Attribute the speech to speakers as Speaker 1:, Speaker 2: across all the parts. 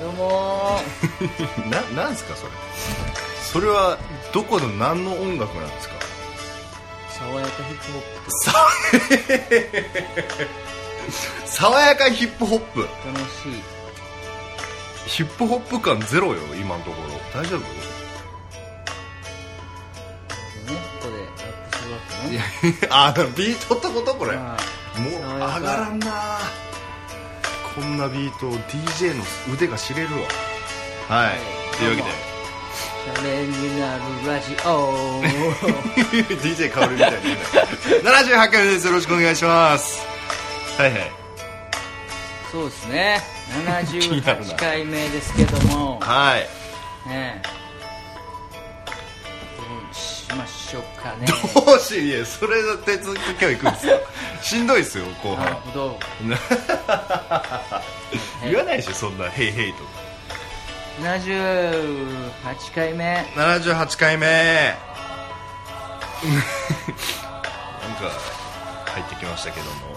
Speaker 1: どうも
Speaker 2: ななんすかそれそれはどこの何の音楽なんですか
Speaker 1: 爽やかヒップホップ
Speaker 2: 爽やかヒップホップ
Speaker 1: 楽しい
Speaker 2: ヒップホップ感ゼロよ今のところ大丈夫
Speaker 1: ねここでアップするわけね
Speaker 2: あビートってことこれも
Speaker 1: まあ
Speaker 2: う上
Speaker 1: 爽やか
Speaker 2: がらんなこんなビートを DJ の腕が知れるわはい、
Speaker 1: はい
Speaker 2: という わ
Speaker 1: チャレンジなるラジ オ
Speaker 2: けで DJ 香るみたいに言うな78回目ですよろしくお願いしますはいはい
Speaker 1: そうですね
Speaker 2: 気になるな
Speaker 1: 78回目ですけども
Speaker 2: はい
Speaker 1: ねどうしましょうかね
Speaker 2: どうしいやそれだってずっと今日行くんです よしんどいっすよ後
Speaker 1: なる
Speaker 2: 半
Speaker 1: ほど
Speaker 2: 言わないでしょそんな「ヘイヘイ」とか
Speaker 1: 78回目
Speaker 2: 78回目なんか入ってきましたけども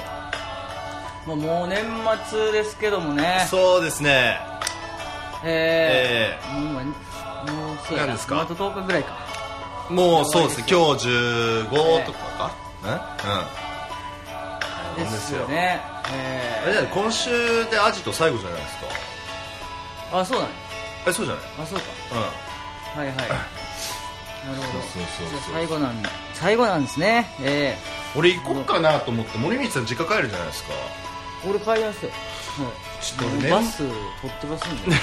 Speaker 1: もうもう年末ですけどもね
Speaker 2: そうですね
Speaker 1: え
Speaker 2: え
Speaker 1: えもうもうそうや
Speaker 2: 何
Speaker 1: な
Speaker 2: ですか
Speaker 1: あと10日ぐらいか
Speaker 2: ーもうそうですね
Speaker 1: そう
Speaker 2: 今日15とかか、うんうん
Speaker 1: ですよねえ
Speaker 2: あ
Speaker 1: え
Speaker 2: れじゃない今週でアジト最後じゃないですか
Speaker 1: あそうだね
Speaker 2: えそうじゃない
Speaker 1: あそうか
Speaker 2: うん
Speaker 1: はいはい なるほど
Speaker 2: そうそうそうそう
Speaker 1: じゃあ最後なん最後なんですねえ
Speaker 2: 俺行こうかなと思って森光さん実家帰るじゃないですか
Speaker 1: え俺帰りますよ、はい
Speaker 2: ちょっとね
Speaker 1: バス取ってますんで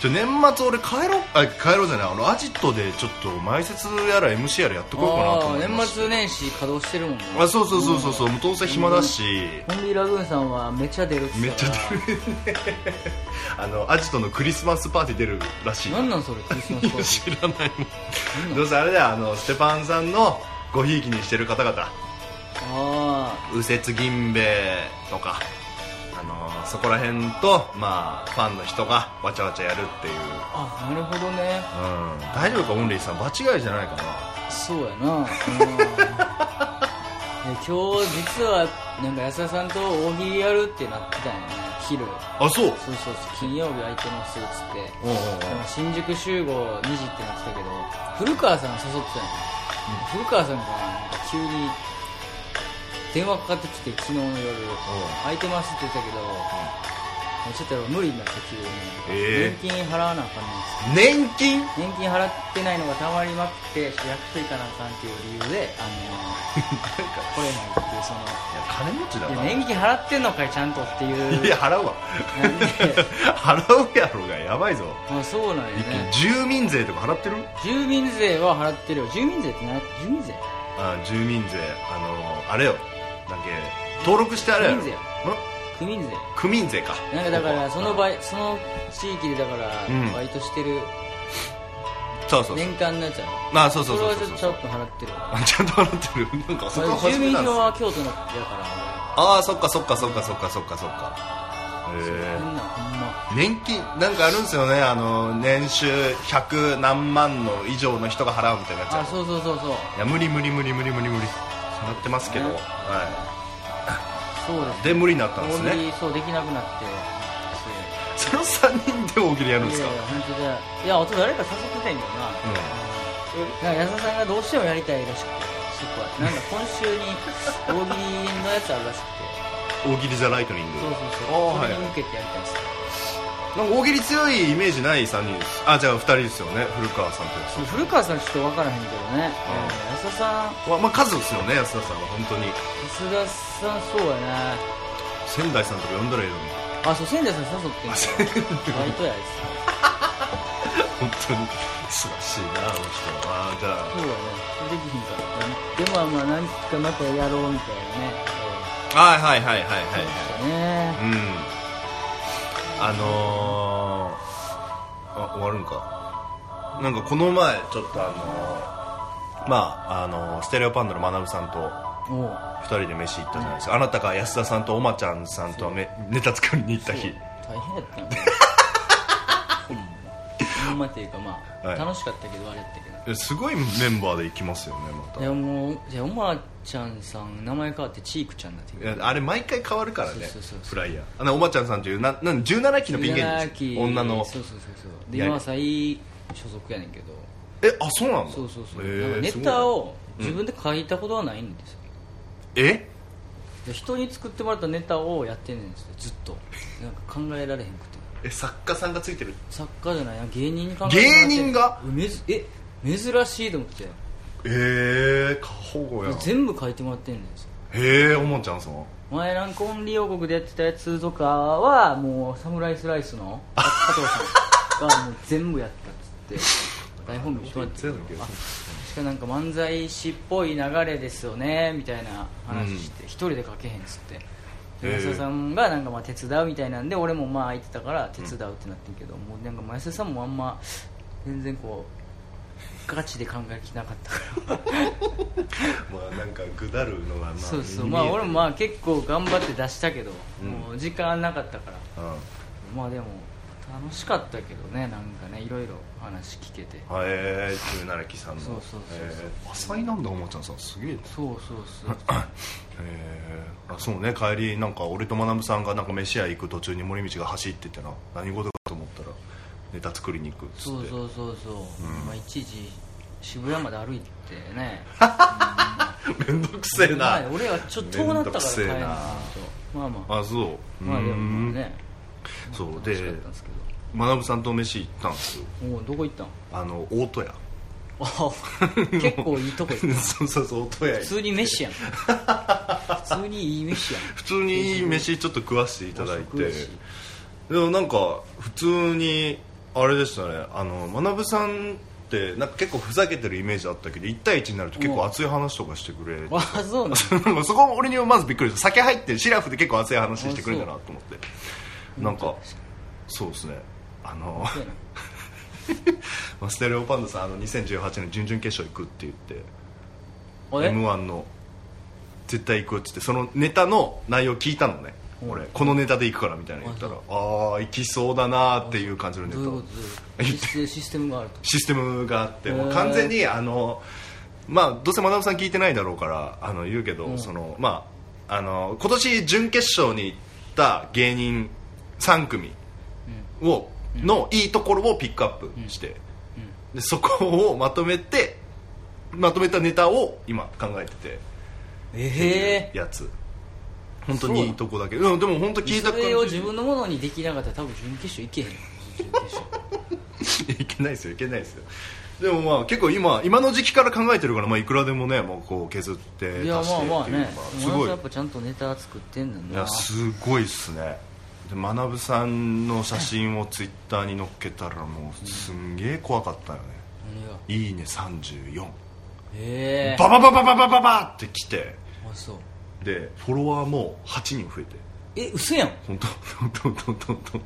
Speaker 2: じゃあ年末俺帰ろうあ帰ろうじゃないあのアジトでちょっと前説やら MC やらや ってこようかなと
Speaker 1: あ
Speaker 2: 思
Speaker 1: あ
Speaker 2: いま
Speaker 1: 年
Speaker 2: す
Speaker 1: 末年始稼働してるもんね
Speaker 2: あそうそうそうそうそう、もうどうせ暇だし、
Speaker 1: ホンビラグーンさんはめっちゃ出るっつってたから
Speaker 2: めあのアジトのクリスマスパーティー出るらしい
Speaker 1: なんなんそれクリスマスパーティー
Speaker 2: 知らない
Speaker 1: なん
Speaker 2: も
Speaker 1: なんん
Speaker 2: どうせあれだよあのステパンさんのごひいきにしてる方々
Speaker 1: あ
Speaker 2: 右折銀兵衛とかあのそこら辺とまあファンの人がわちゃわちゃやるっていう、
Speaker 1: ああなるほどね
Speaker 2: うん、大丈夫かオンリーさん場違いじゃないかな
Speaker 1: そうや な、うんで今日実はなんか安田さんと大喜利やるってなってたんやね昼
Speaker 2: あそう
Speaker 1: そうそうそう金曜日空いてますっつって
Speaker 2: おうおう
Speaker 1: でも新宿集合2時ってなってたけど古川さんが誘ってたんや、古川さんがなんか急に電話かかってきて昨日の夜空いてますって言ってたけど、もうちょっとやっぱ無理になって急に、
Speaker 2: ええ
Speaker 1: 年金払わなあかんねんっつって
Speaker 2: おう年金
Speaker 1: 年金払ってないのがたまりまくって市役所行かなあかんっていう理由で、あのー、来れないっていうその
Speaker 2: いや金持ちだ
Speaker 1: いや
Speaker 2: な
Speaker 1: 年金払ってんのかいちゃんとっていう
Speaker 2: いや払うわ
Speaker 1: なんで
Speaker 2: 払うやろがやばいぞ
Speaker 1: まあそうなんよね
Speaker 2: 住民税とか払ってる
Speaker 1: 住民税は払ってるよ住民税ってな住民税
Speaker 2: あ住民税あのあれよだっけ登録してあれやろ
Speaker 1: 住民税
Speaker 2: ん
Speaker 1: 区民税
Speaker 2: 区民税か
Speaker 1: なんかだからその
Speaker 2: 場
Speaker 1: 場合その地域でだから
Speaker 2: うん
Speaker 1: バイトしてる
Speaker 2: そうそうそう
Speaker 1: 年間になっちゃ
Speaker 2: あそう
Speaker 1: う
Speaker 2: そう
Speaker 1: それ
Speaker 2: そう
Speaker 1: はち
Speaker 2: そ
Speaker 1: ょっとちょ
Speaker 2: うそう
Speaker 1: っと払ってるわ
Speaker 2: あちゃんと払ってる なんかそこは
Speaker 1: 住
Speaker 2: 初め
Speaker 1: 民
Speaker 2: なん
Speaker 1: 票
Speaker 2: です
Speaker 1: は京都のだから
Speaker 2: ああそっかそっかそっかそっかそっかそっかへ
Speaker 1: 俺
Speaker 2: え
Speaker 1: そんなんほんま
Speaker 2: 年金なんかあるんですよねあの年収100何万の以上の人が払うみたいになっちゃ
Speaker 1: あ
Speaker 2: う
Speaker 1: そうそうそうそう
Speaker 2: いや無理無理無理無理無理無理払ってますけど、
Speaker 1: ね
Speaker 2: は
Speaker 1: そうです
Speaker 2: い、で無理になったんです
Speaker 1: 大喜
Speaker 2: ね
Speaker 1: 利そうできなくなってそう
Speaker 2: その3人で大喜利やるんですか
Speaker 1: いやいや本当だいやあと誰か誘ってたんやけどな,、なんか安田さんがどうしてもやりたいらしくてそこはなんか今週に大喜利のやつあるらしくて
Speaker 2: うん、大喜利ザライトニング
Speaker 1: そうそうそう
Speaker 2: あー
Speaker 1: そ
Speaker 2: はい
Speaker 1: れに向けてやりたいんですよ
Speaker 2: なんか大喜利強いイメージない3人ですあじゃあ2人ですよね古川さんと安
Speaker 1: そう古川さんちょっと分からへんけどね、えー安田さん
Speaker 2: 田わまあ数ですよね安田さんは本当に
Speaker 1: 安田さんそうやね
Speaker 2: 仙台さんとか呼んだらいいのに
Speaker 1: あそう仙台さん誘ってんけどバイトやあい
Speaker 2: 本当に素晴らしいなあの人はあじゃ
Speaker 1: つそうやねできひんからでもまあまあ何かまたやろうみたいなね
Speaker 2: あはいはいはいはい
Speaker 1: えー
Speaker 2: はい
Speaker 1: そうでしたね
Speaker 2: うんあのー、あ終わるんかなんかこの前ちょっとあのー、まああのーステレオパンダの学さんと
Speaker 1: おう
Speaker 2: 2人で飯行ったじゃないですかあなたが安田さんとおまちゃんさ んとめネタ作りに行った日
Speaker 1: 大変やったよねほんまほんまっていうかまあ、
Speaker 2: はい
Speaker 1: 楽しかったけどあれやったけど
Speaker 2: えすごいメンバーで行きますよねまた
Speaker 1: いやもういやおまちゃんさん名前変わってチークちゃんになってくる
Speaker 2: いやあれ毎回変わるから
Speaker 1: そ
Speaker 2: ね
Speaker 1: うそうそうそう
Speaker 2: フライヤーあのおばちゃんさんというななん17期のピン芸人
Speaker 1: 17
Speaker 2: で
Speaker 1: 期
Speaker 2: す女の
Speaker 1: そうそうそうそうで
Speaker 2: や
Speaker 1: 今は最所属やねんけど
Speaker 2: えあそうなの
Speaker 1: そうそうそう、
Speaker 2: へー
Speaker 1: なんかネタを自分で書いたことはないんですよ、
Speaker 2: すごいえ
Speaker 1: で人に作ってもらったネタをやってんねんですよずっとなんか考えられへんくて
Speaker 2: え作家さんがついてる
Speaker 1: 作家じゃないな芸人に考えてもらってんねん
Speaker 2: 芸人が
Speaker 1: うめずえ珍しいと思って
Speaker 2: ええ過保護やん
Speaker 1: 全部書いてもらってんねんですよ
Speaker 2: へえおもちゃんさん
Speaker 1: 前なんかオンリー王国でやってたやつとかはもうサムライスライスの加藤さんがもう全部やったっ つって台本見てもらって
Speaker 2: 全部やった
Speaker 1: あ確かなんか漫才師っぽい流れですよねみたいな話して一、人で書けへんっつって
Speaker 2: へえ
Speaker 1: で安田さんがなんかまあ手伝うみたいなんで俺もまあ空いてたから手伝うってなってんけど、もうなんか安田さんもあんま全然こうガチで考えきなかったから
Speaker 2: まあなんかぐだるのがまあ
Speaker 1: そうそう
Speaker 2: 見え
Speaker 1: まあ俺もまあ結構頑張って出したけど、
Speaker 2: うん
Speaker 1: もう時間なかったから
Speaker 2: うん
Speaker 1: まあでも楽しかったけどねなんかねいろいろ話聞けて
Speaker 2: へえ17期さんの
Speaker 1: そうそうそうそう
Speaker 2: へえ和裁なんだおもちゃんさんすげえな
Speaker 1: そうそう そう
Speaker 2: へーあそうね帰りなんか俺と学さんがなんか飯屋行く途中に森道が走ってってな何事かと思ったらネタ作りに行くっつ
Speaker 1: そ
Speaker 2: っ
Speaker 1: う
Speaker 2: て
Speaker 1: そうそうそう、まあ、一時渋谷まで歩いてね
Speaker 2: めんどくせえな
Speaker 1: 前俺はちょっと遠なった
Speaker 2: めん
Speaker 1: か
Speaker 2: どく
Speaker 1: ら帰
Speaker 2: せえ
Speaker 1: る
Speaker 2: な
Speaker 1: なまあまあ
Speaker 2: あそう
Speaker 1: まあでもまあ
Speaker 2: うーん
Speaker 1: ね
Speaker 2: そう
Speaker 1: 楽しか
Speaker 2: で
Speaker 1: ったんですけ
Speaker 2: 学さんと飯行ったんですよ
Speaker 1: どおうどこ行ったん
Speaker 2: あの大戸屋
Speaker 1: あ 結構いいとこ 行った
Speaker 2: そうそうそう大戸屋
Speaker 1: 普
Speaker 2: 行って
Speaker 1: 通に飯やん普通にいい飯やん
Speaker 2: 普通にいい飯ちょっと食わ せていただい
Speaker 1: 食
Speaker 2: て
Speaker 1: うし
Speaker 2: でもなんか普通にあれでしたねあの学さんってなんか結構ふざけてるイメージあったけど1対1になると結構熱い話とかしてくれて
Speaker 1: あそうな の
Speaker 2: なんかそこ俺に はまずびっくりした酒入ってシラフで結構熱い話してくれたなと思ってなんかそうですねあの まあステレオパンダさんあの2018年準々決勝行くって言って
Speaker 1: あ
Speaker 2: m 1の絶対行くっつってそのネタの内容聞いたのね
Speaker 1: うん
Speaker 2: 俺このネタで行くからみたいなの言ったら
Speaker 1: あ
Speaker 2: ああ行きそうだなーっていう感じのネ
Speaker 1: どういうこ
Speaker 2: タ
Speaker 1: とどういうことシステムがあると
Speaker 2: システムがあってもう
Speaker 1: へー
Speaker 2: 完全にあのまあどうせ学さん聞いてないだろうからあの言うけど、
Speaker 1: うん
Speaker 2: そのまああの今年準決勝に行った芸人3組を、のいいところをピックアップして、でそこをまとめてまとめたネタを今考えてて
Speaker 1: ええ
Speaker 2: やつ本当にいいとこだけどうんでも本当聞いた
Speaker 1: そ
Speaker 2: 感じ
Speaker 1: れを自分のものにできなかったら多分準決勝いけ へんよ準決勝
Speaker 2: いけないですよいけないですよでもまあ結構今今の時期から考えてるから、まあ、いくらでもねもうこう削って足してって
Speaker 1: い
Speaker 2: いう
Speaker 1: やまあまあね
Speaker 2: まあ
Speaker 1: ですも
Speaker 2: ごい
Speaker 1: やっぱちゃんとネタ作ってんだ
Speaker 2: い
Speaker 1: な
Speaker 2: やすごいっすねで学さんの写真をツイッターに載っけたらもうすんげえ怖かったよね
Speaker 1: 何が
Speaker 2: 「いいね34」
Speaker 1: ええ
Speaker 2: ババババババババって来て
Speaker 1: あそう
Speaker 2: でフォロワーも8人増えて
Speaker 1: え嘘やんへ
Speaker 2: 本当本当本当本当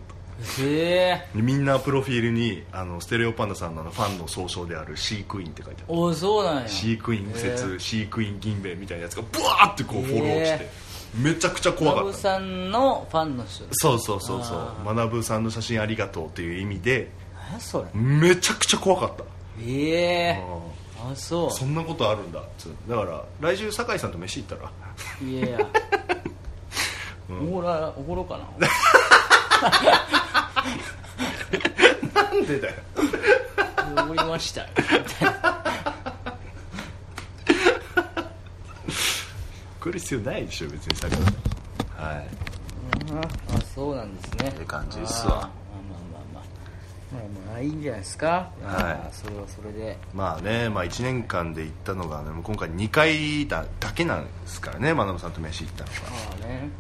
Speaker 1: え
Speaker 2: みんなプロフィールにあのステレオパンダさんのファンの総称である飼育員って書いてある
Speaker 1: おそうなんや
Speaker 2: 飼育員
Speaker 1: へ
Speaker 2: 説
Speaker 1: ー
Speaker 2: 飼育員銀兵衛みたいなやつがブワーってこうフォローして、
Speaker 1: へ
Speaker 2: めちゃくちゃ怖
Speaker 1: ラ
Speaker 2: か
Speaker 1: ブ
Speaker 2: った
Speaker 1: さんのファンの人
Speaker 2: そうそうそうそう
Speaker 1: あ
Speaker 2: 学さんの写真ありがとうっていう意味で
Speaker 1: 何やそれ
Speaker 2: めちゃくちゃ怖かった
Speaker 1: え
Speaker 2: あ
Speaker 1: え
Speaker 2: ー
Speaker 1: あそ
Speaker 2: そんなことあるんだっつうだから来週酒井さんと飯行ったら
Speaker 1: うい やいやおごらおごろうかな
Speaker 2: なんでだよ
Speaker 1: おごりましたよ
Speaker 2: 来る必要ないでしょ別に酒井さんはい
Speaker 1: あそうなんですね
Speaker 2: ええ感じっすわ
Speaker 1: あーまあまあまあまあまあまあいいんじゃないですか
Speaker 2: はい
Speaker 1: いそれはそれで
Speaker 2: まあね、まあ、1年間で行ったのが、ね、もう今回2回だだけなんですからね学さんと飯行ったのが
Speaker 1: まあね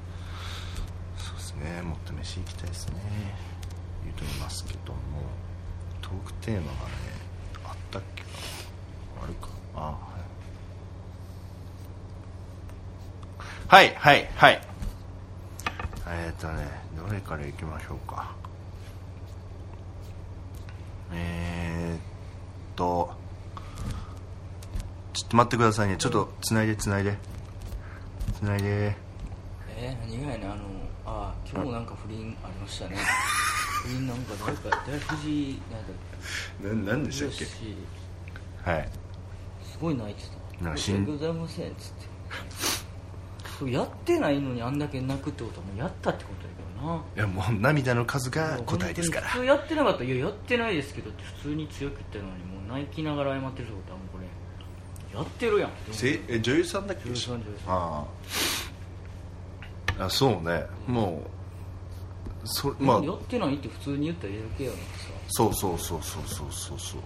Speaker 2: そうですねもっと飯行きたいですね言うといますけどもトークテーマがねあったっけかなあるかあはいはいはいはいえっ、ー、とねどれから行きましょうかえー、っとちょっと待ってくださいねちょっとつないでつないでつないで
Speaker 1: えー、何がやねんあのあー今日もなんか不倫ありましたねなんか誰か誰藤井なんだっ
Speaker 2: ななん
Speaker 1: け
Speaker 2: でしたっ
Speaker 1: 広
Speaker 2: け
Speaker 1: 志
Speaker 2: はい
Speaker 1: すごい泣いてた
Speaker 2: な
Speaker 1: 「
Speaker 2: んか
Speaker 1: 申
Speaker 2: し
Speaker 1: し
Speaker 2: ん
Speaker 1: 訳ございません」っつってそうやってないのにあんだけ泣くってことはもうやったってことやけどない
Speaker 2: やもう涙の数が答えですから
Speaker 1: いや本当に普通やってなかったら「いややってないですけど」って普通に強く言ったのにもう泣きながら謝ってるってことはもうこれやってるやん
Speaker 2: せえ女優さんだっけ
Speaker 1: 女優さん女優さん
Speaker 2: あああそうねもうそまあ
Speaker 1: やってないって普通に言ったらええだけやのにさ
Speaker 2: そうそうそうそうそうそうそう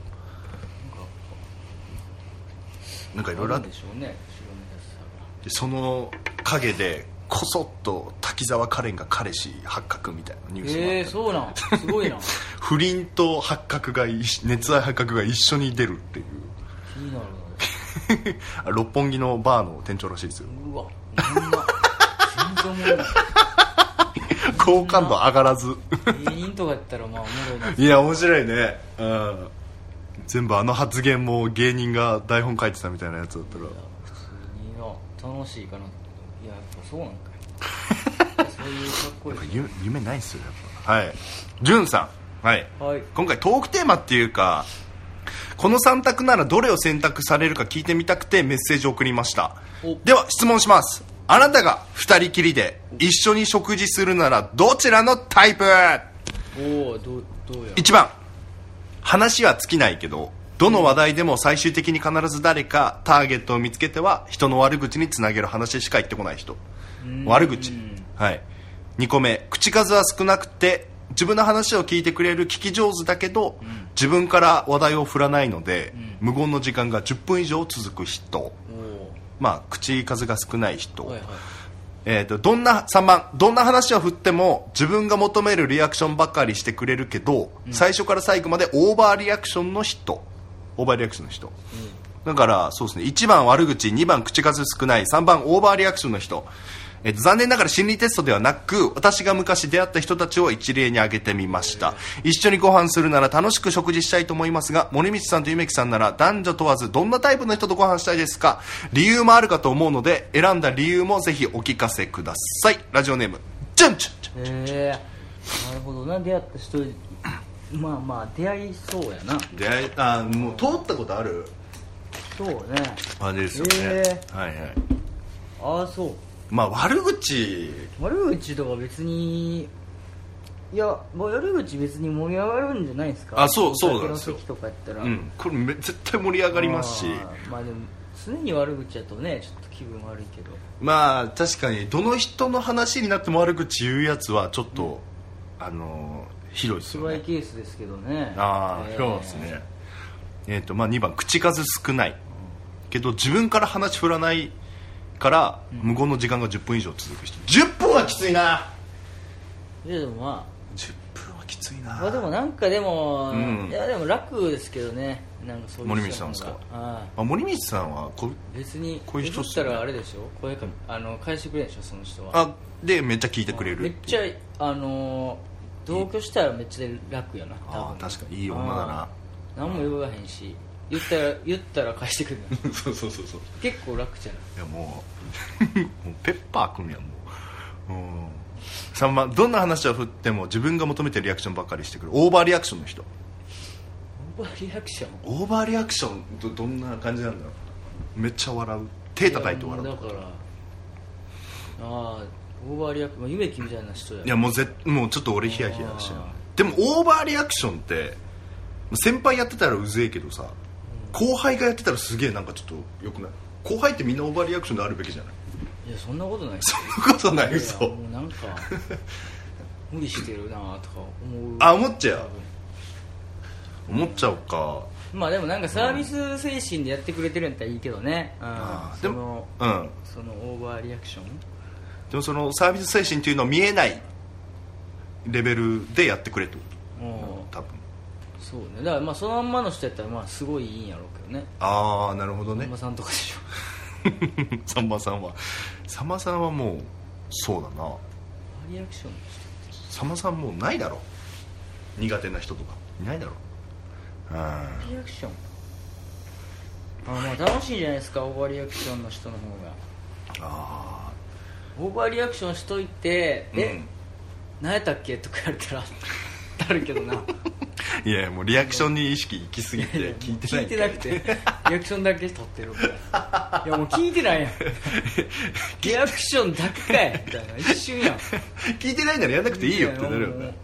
Speaker 1: なんか
Speaker 2: なんかいろいろ
Speaker 1: な
Speaker 2: あ
Speaker 1: ん
Speaker 2: って
Speaker 1: でしょうね後ろめたしさが
Speaker 2: その陰でこそっと滝沢カレンが彼氏発覚みたいなニュースもあった、
Speaker 1: えー、そうなん すごいな
Speaker 2: 不倫と発覚がい熱愛発覚が一緒に出るっていう
Speaker 1: 気 になるな
Speaker 2: あ六本木のバーの店長らしいですよ
Speaker 1: うわほんま全然おもろない
Speaker 2: 好感度上がらず
Speaker 1: 芸人とかやったらまあおもろいな
Speaker 2: いや面白いねうん全部あの発言も芸人が台本書いてたみたいなやつだったら
Speaker 1: 普通にな楽しいかないややっぱそうなんかいそういうかっこいい
Speaker 2: やっぱ夢夢ないっすよやっぱはいじゅんさんはい
Speaker 1: はい
Speaker 2: 今回トークテーマっていうかこの3択ならどれを選択されるか聞いてみたくてメッセージを送りました
Speaker 1: お
Speaker 2: では質問しますあなたが2人きりで一緒に食事するならどちらのタイプ
Speaker 1: おおどうどうや
Speaker 2: 1番話は尽きないけどどの話題でも最終的に必ず誰かターゲットを見つけては人の悪口につなげる話しか言ってこない人悪口はい2個目口数は少なくて自分の話を聞いてくれる聞き上手だけど、自分から話題を振らないので、無言の時間が10分以上続く人
Speaker 1: お
Speaker 2: まあ口数が少ない人、
Speaker 1: おはいはい
Speaker 2: えー、とどんな3番どんな話を振っても自分が求めるリアクションばっかりしてくれるけど、最初から最後までオーバーリアクションの人オーバーリアクションの人、だからそうですね1番悪口2番口数少ない3番オーバーリアクションの人、えーと残念ながら心理テストではなく私が昔出会った人たちを一例に挙げてみました一緒にご飯するなら楽しく食事したいと思いますが森道さんと夢木さんなら男女問わずどんなタイプの人とご飯したいですか理由もあるかと思うので選んだ理由もぜひお聞かせくださいラジオネームチュンチュンチュン
Speaker 1: えー、なるほどな出会った人まあまあ出会いそうやな
Speaker 2: 出会いあもう通ったことある
Speaker 1: そうね
Speaker 2: あれです
Speaker 1: よねへ
Speaker 2: はいはい
Speaker 1: ああそう
Speaker 2: まあ悪口
Speaker 1: 悪口とか別にいやもう悪口別に盛り上がるんじゃないですか
Speaker 2: あそうそうなんですよ
Speaker 1: お酒の席とかやったら、
Speaker 2: うんこれめ絶対盛り上がりますし
Speaker 1: あーまあでも常に悪口やとねちょっと気分悪いけど
Speaker 2: まあ確かにどの人の話になっても悪口言うやつはちょっと、あのー広いですよ
Speaker 1: 辛い
Speaker 2: ね
Speaker 1: ケースですけどね
Speaker 2: ああ、
Speaker 1: えー
Speaker 2: そうですねえっ、とまあ2番口数少ないけど自分から話振らないから、無言の時間が10分以上続く人10分はきついない
Speaker 1: やでもま
Speaker 2: 10分はきついな、
Speaker 1: あまあでもなんかでも、
Speaker 2: うん
Speaker 1: いやでも楽ですけどねなんかそういう
Speaker 2: 森道さんですか
Speaker 1: 人の方がああ
Speaker 2: あ森光さんはこ
Speaker 1: 別に
Speaker 2: こういう人っ
Speaker 1: 譲っ
Speaker 2: すね
Speaker 1: たらあれでしょ声かあの返してくれるでしょその人は
Speaker 2: あでめっちゃ聞いてくれる
Speaker 1: めっち
Speaker 2: ゃ
Speaker 1: ゃあの同居したらめっちゃ楽やな多
Speaker 2: あ
Speaker 1: 分
Speaker 2: あ確かにいい女だな
Speaker 1: 何も言わへんし言ったら言ったら返してくる
Speaker 2: そうそうそうそう
Speaker 1: 結構楽じゃない
Speaker 2: いやもう もうペッパーくんやもう、うん、3番どんな話を振っても自分が求めてるリアクションばっかりしてくるオーバーリアクションの人
Speaker 1: オーバーリアクション
Speaker 2: オーバーリアクションどどんな感じなんだろうめっちゃ笑う手叩いて
Speaker 1: や
Speaker 2: 笑
Speaker 1: も
Speaker 2: う
Speaker 1: うだからああオーバーリアクション、まあ、夢木みたいな人や
Speaker 2: いやもうぜもうちょっと俺ヒヤヒヤしてるでもオーバーリアクションって先輩やってたらうぜえけどさ後輩がやってたらすげえなんかちょっとよくない後輩ってみんなオーバーリアクションであるべきじゃない
Speaker 1: いやそんなことない
Speaker 2: そんなことない
Speaker 1: いや
Speaker 2: 嘘
Speaker 1: もうなん か無理してるなとか思う
Speaker 2: あ思っちゃ
Speaker 1: 多
Speaker 2: う
Speaker 1: 分
Speaker 2: 思っちゃうか
Speaker 1: まあでもなんかサービス精神でやってくれてるんやったらいいけどね、うん
Speaker 2: あー
Speaker 1: そ
Speaker 2: で
Speaker 1: の
Speaker 2: もうん
Speaker 1: そのオーバーリアクション
Speaker 2: でもそのサービス精神というのは見えないレベルでやってくれってこ
Speaker 1: も
Speaker 2: と多分
Speaker 1: うそうねだからまあそのまんまの人やったらまあすごいいいんやろうけどね
Speaker 2: ああなるほど
Speaker 1: 本
Speaker 2: ね
Speaker 1: 間さんとかでしょ
Speaker 2: さんまさんはさんまさんはもうそうだ
Speaker 1: オー
Speaker 2: な
Speaker 1: バーリアクションの
Speaker 2: さんまさんもうないだろ苦手な人とかいないだろうん
Speaker 1: 人リアクションあまあ楽しいんじゃないですかオーバーリアクションの人の方が
Speaker 2: あ
Speaker 1: オーバーリアクションしといて「
Speaker 2: ーう
Speaker 1: え
Speaker 2: ん
Speaker 1: 何やったっけ?」とかやれたら あるけどな
Speaker 2: いやいやもうリアクションに意識行きすぎ て聞いてな
Speaker 1: 聞い
Speaker 2: い
Speaker 1: てなくてリアクションだけ取ってるみたいないやもう聞いてないや んリアクションだけかいみたいな一瞬やん
Speaker 2: 聞いてないならやんなくていいよってなるよ
Speaker 1: いや
Speaker 2: ね
Speaker 1: もう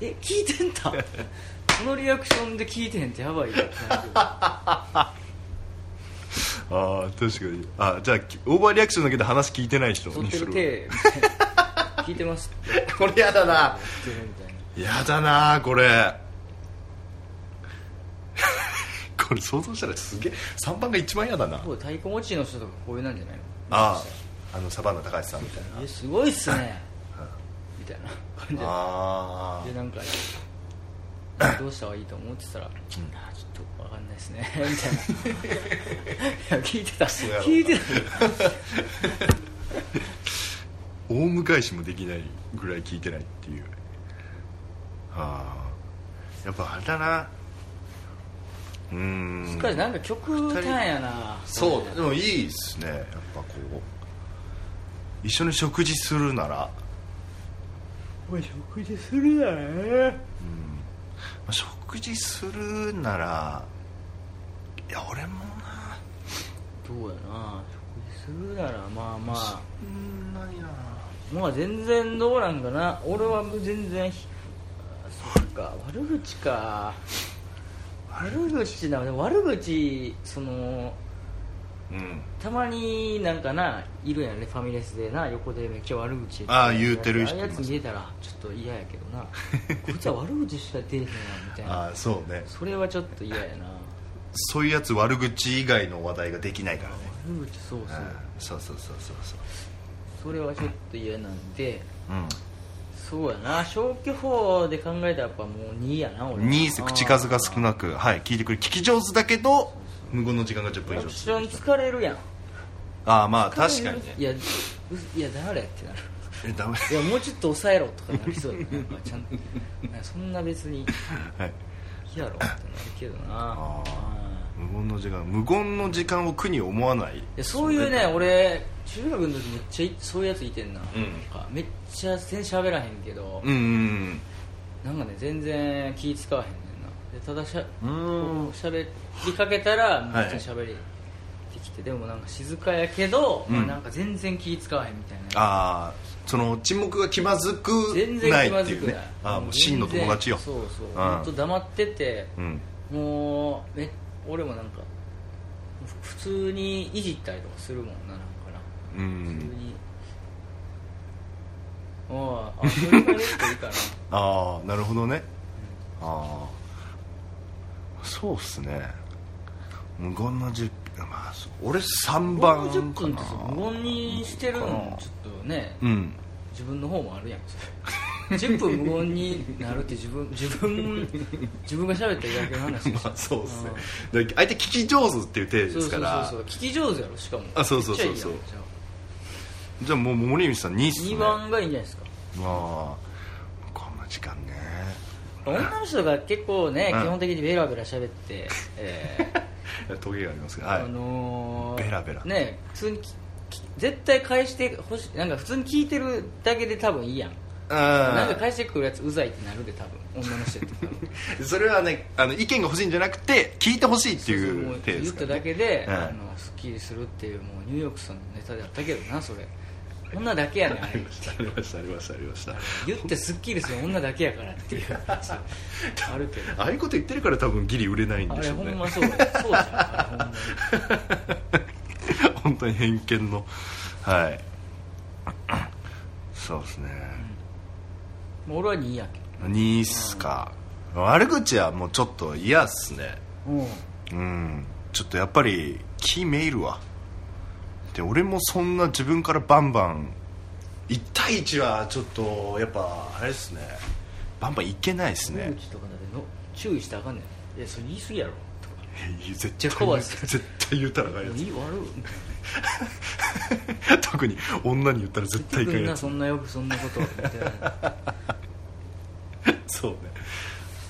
Speaker 1: え聞いてんだこのリアクションで聞いてへんってやばいよってなるけど
Speaker 2: ああ確かにあじゃあきオーバーリアクションだけで話聞いてない人
Speaker 1: 取っ
Speaker 2: に
Speaker 1: てる
Speaker 2: する
Speaker 1: 手みたいな聞いてますって言っ
Speaker 2: これやだな
Speaker 1: てるみたいな
Speaker 2: やだなこれ これ想像したらすげえ3番が一番やだな
Speaker 1: すごい太鼓持ちの人とかこういうなんじゃないの
Speaker 2: あああのサバンナ高橋さんみたいな
Speaker 1: えすごいっすねみたいな感じで
Speaker 2: あ
Speaker 1: でなんかどうした方がいいと思ってたら、あーちょっとわかんないですね みたいないや聞いてた
Speaker 2: うやろ
Speaker 1: 聞いてた
Speaker 2: あ大迎えしもできないぐらい聞いてないっていうああやっぱあれだなうー
Speaker 1: し
Speaker 2: ん
Speaker 1: かしなんか曲単やな
Speaker 2: そうでもいいっすねやっぱこう一緒に食事するなら、ま
Speaker 1: お前食事するなね
Speaker 2: あ食事するならいや俺もな
Speaker 1: どうやな食事するならまあまあ
Speaker 2: そんなにな
Speaker 1: まあ全然どうなんかな俺はもう全然あそっか悪口か悪口なでも悪口その
Speaker 2: うん
Speaker 1: たまになんかないるやんねファミレスでな横でめっちゃ悪口
Speaker 2: ああ言うてる人
Speaker 1: ああいうやつ
Speaker 2: います
Speaker 1: 見えたらちょっと嫌やけど なこいつは悪口しか出えへんやんみたいな
Speaker 2: ああそうね
Speaker 1: それはちょっと嫌やな
Speaker 2: そういうやつ悪口以外の話題ができないからね
Speaker 1: 悪口そうそう
Speaker 2: そうそうそうそうそう
Speaker 1: それはちょっと嫌なんで
Speaker 2: うん
Speaker 1: そうやな消去法で考えたらやっぱもう2やな俺
Speaker 2: ニーズ口数が
Speaker 1: い
Speaker 2: 少なくはい聞いてくれ聞き上手だけど無言の時間が10分
Speaker 1: リ
Speaker 2: 以
Speaker 1: ア
Speaker 2: 上
Speaker 1: クション疲れるやん
Speaker 2: ああまあ確かにね
Speaker 1: いやういや誰ってなる
Speaker 2: えダメ
Speaker 1: いやもうちょっと抑えろとかなりそうやななんかちゃんとなんかそんな別に
Speaker 2: はい
Speaker 1: いいやろってなるけどな
Speaker 2: あ無言の時間無言の時間を苦に思わない
Speaker 1: いやそういうね俺中学の時めっちゃいそういうやついてんな,、
Speaker 2: うん
Speaker 1: なんかめっちゃ全然喋らへんけど、
Speaker 2: うんうん
Speaker 1: なんかね全然気使わへんねんなでただしゃ
Speaker 2: うーん
Speaker 1: しゃべりかけたらめ
Speaker 2: はい
Speaker 1: っちゃ喋りてきて、でもなんか静かやけど、
Speaker 2: うん
Speaker 1: まあ、なんか全然気使わへんみたいな
Speaker 2: ああその沈黙が気まずく
Speaker 1: 全然
Speaker 2: ない
Speaker 1: 気ま
Speaker 2: って
Speaker 1: ず
Speaker 2: い
Speaker 1: く
Speaker 2: う
Speaker 1: ない
Speaker 2: ねああもう真の友達よ
Speaker 1: 全然そうそう、
Speaker 2: ん
Speaker 1: ほんと黙ってて、
Speaker 2: うん
Speaker 1: もうめ俺もなんかふ普通にいじったりとかするもんななんかな
Speaker 2: う
Speaker 1: 普通
Speaker 2: ん
Speaker 1: に、あああそれができていいかな
Speaker 2: ああなるほどねああそうっすね無言の時間まあそう俺3番 かな
Speaker 1: 50分ってさ無言にしてるのちょっとね
Speaker 2: うん
Speaker 1: 自分の方もあるやんそれ10分無言になるって自分自分自分が喋っただけの話でしょ
Speaker 2: まあそう ですねだから相手聞き上手っていう定義
Speaker 1: そ
Speaker 2: で
Speaker 1: うそ
Speaker 2: すか
Speaker 1: う
Speaker 2: ら
Speaker 1: そうそう聞き上手やろしかも
Speaker 2: あそうそうそうそう
Speaker 1: めっちゃいいやん
Speaker 2: じゃあもう森光さん2っす
Speaker 1: じ
Speaker 2: ね
Speaker 1: ゃあ2番がいいんじゃないですか
Speaker 2: まあこんな時間ね
Speaker 1: 女の人が結構ね、
Speaker 2: うん
Speaker 1: 基本的にベラベラ喋っ て、えー
Speaker 2: いやトゲがありますけどはい
Speaker 1: あのー
Speaker 2: ベラベラ
Speaker 1: ね普通にきき絶対返してほしいなんか普通に聞いてるだけで多分いいやんなんか
Speaker 2: あ
Speaker 1: 返してくるやつうざいってなるで多分女の人って 多分
Speaker 2: それはねあの意見が欲しいんじゃなくて聞いてほしいって
Speaker 1: そうそう
Speaker 2: い
Speaker 1: も
Speaker 2: う手で
Speaker 1: 言
Speaker 2: す
Speaker 1: った
Speaker 2: から、ね、
Speaker 1: だけで、
Speaker 2: はい
Speaker 1: あのスッキリするっていうもうニューヨークさんのネタであったけどなそれ女だけやねんあれ
Speaker 2: ありましたありましたありました
Speaker 1: 言ってスッキリする女だけやからっていうやつあるけど
Speaker 2: ああいうこと言ってるから多分ギリ売れないん
Speaker 1: あ
Speaker 2: で
Speaker 1: れ
Speaker 2: しょ
Speaker 1: ほ
Speaker 2: うね
Speaker 1: んまそうだよそうじゃんあれほんまに
Speaker 2: 本当に偏見のはいそうですね、
Speaker 1: もう俺は2位やけ
Speaker 2: 2っすか悪口はもうちょっと嫌っすね
Speaker 1: どうん
Speaker 2: うんちょっとやっぱり気めいるわで俺もそんな自分からバンバン1対1はちょっとやっぱあれっすねバンバンいけないっす
Speaker 1: ね
Speaker 2: ね
Speaker 1: 口とかだけの注意してあかんねんいやそれ言い過ぎやろとか
Speaker 2: いや
Speaker 1: ちゃ
Speaker 2: 絶対
Speaker 1: 怖
Speaker 2: 言
Speaker 1: いうっす
Speaker 2: 絶対言うたらあかん
Speaker 1: も
Speaker 2: や
Speaker 1: ういい悪い
Speaker 2: つ 特に女に言ったら絶対
Speaker 1: 言っ
Speaker 2: い
Speaker 1: てく
Speaker 2: かん
Speaker 1: ん
Speaker 2: や
Speaker 1: な
Speaker 2: つ
Speaker 1: そんなよくそんな ことみたいな
Speaker 2: そうね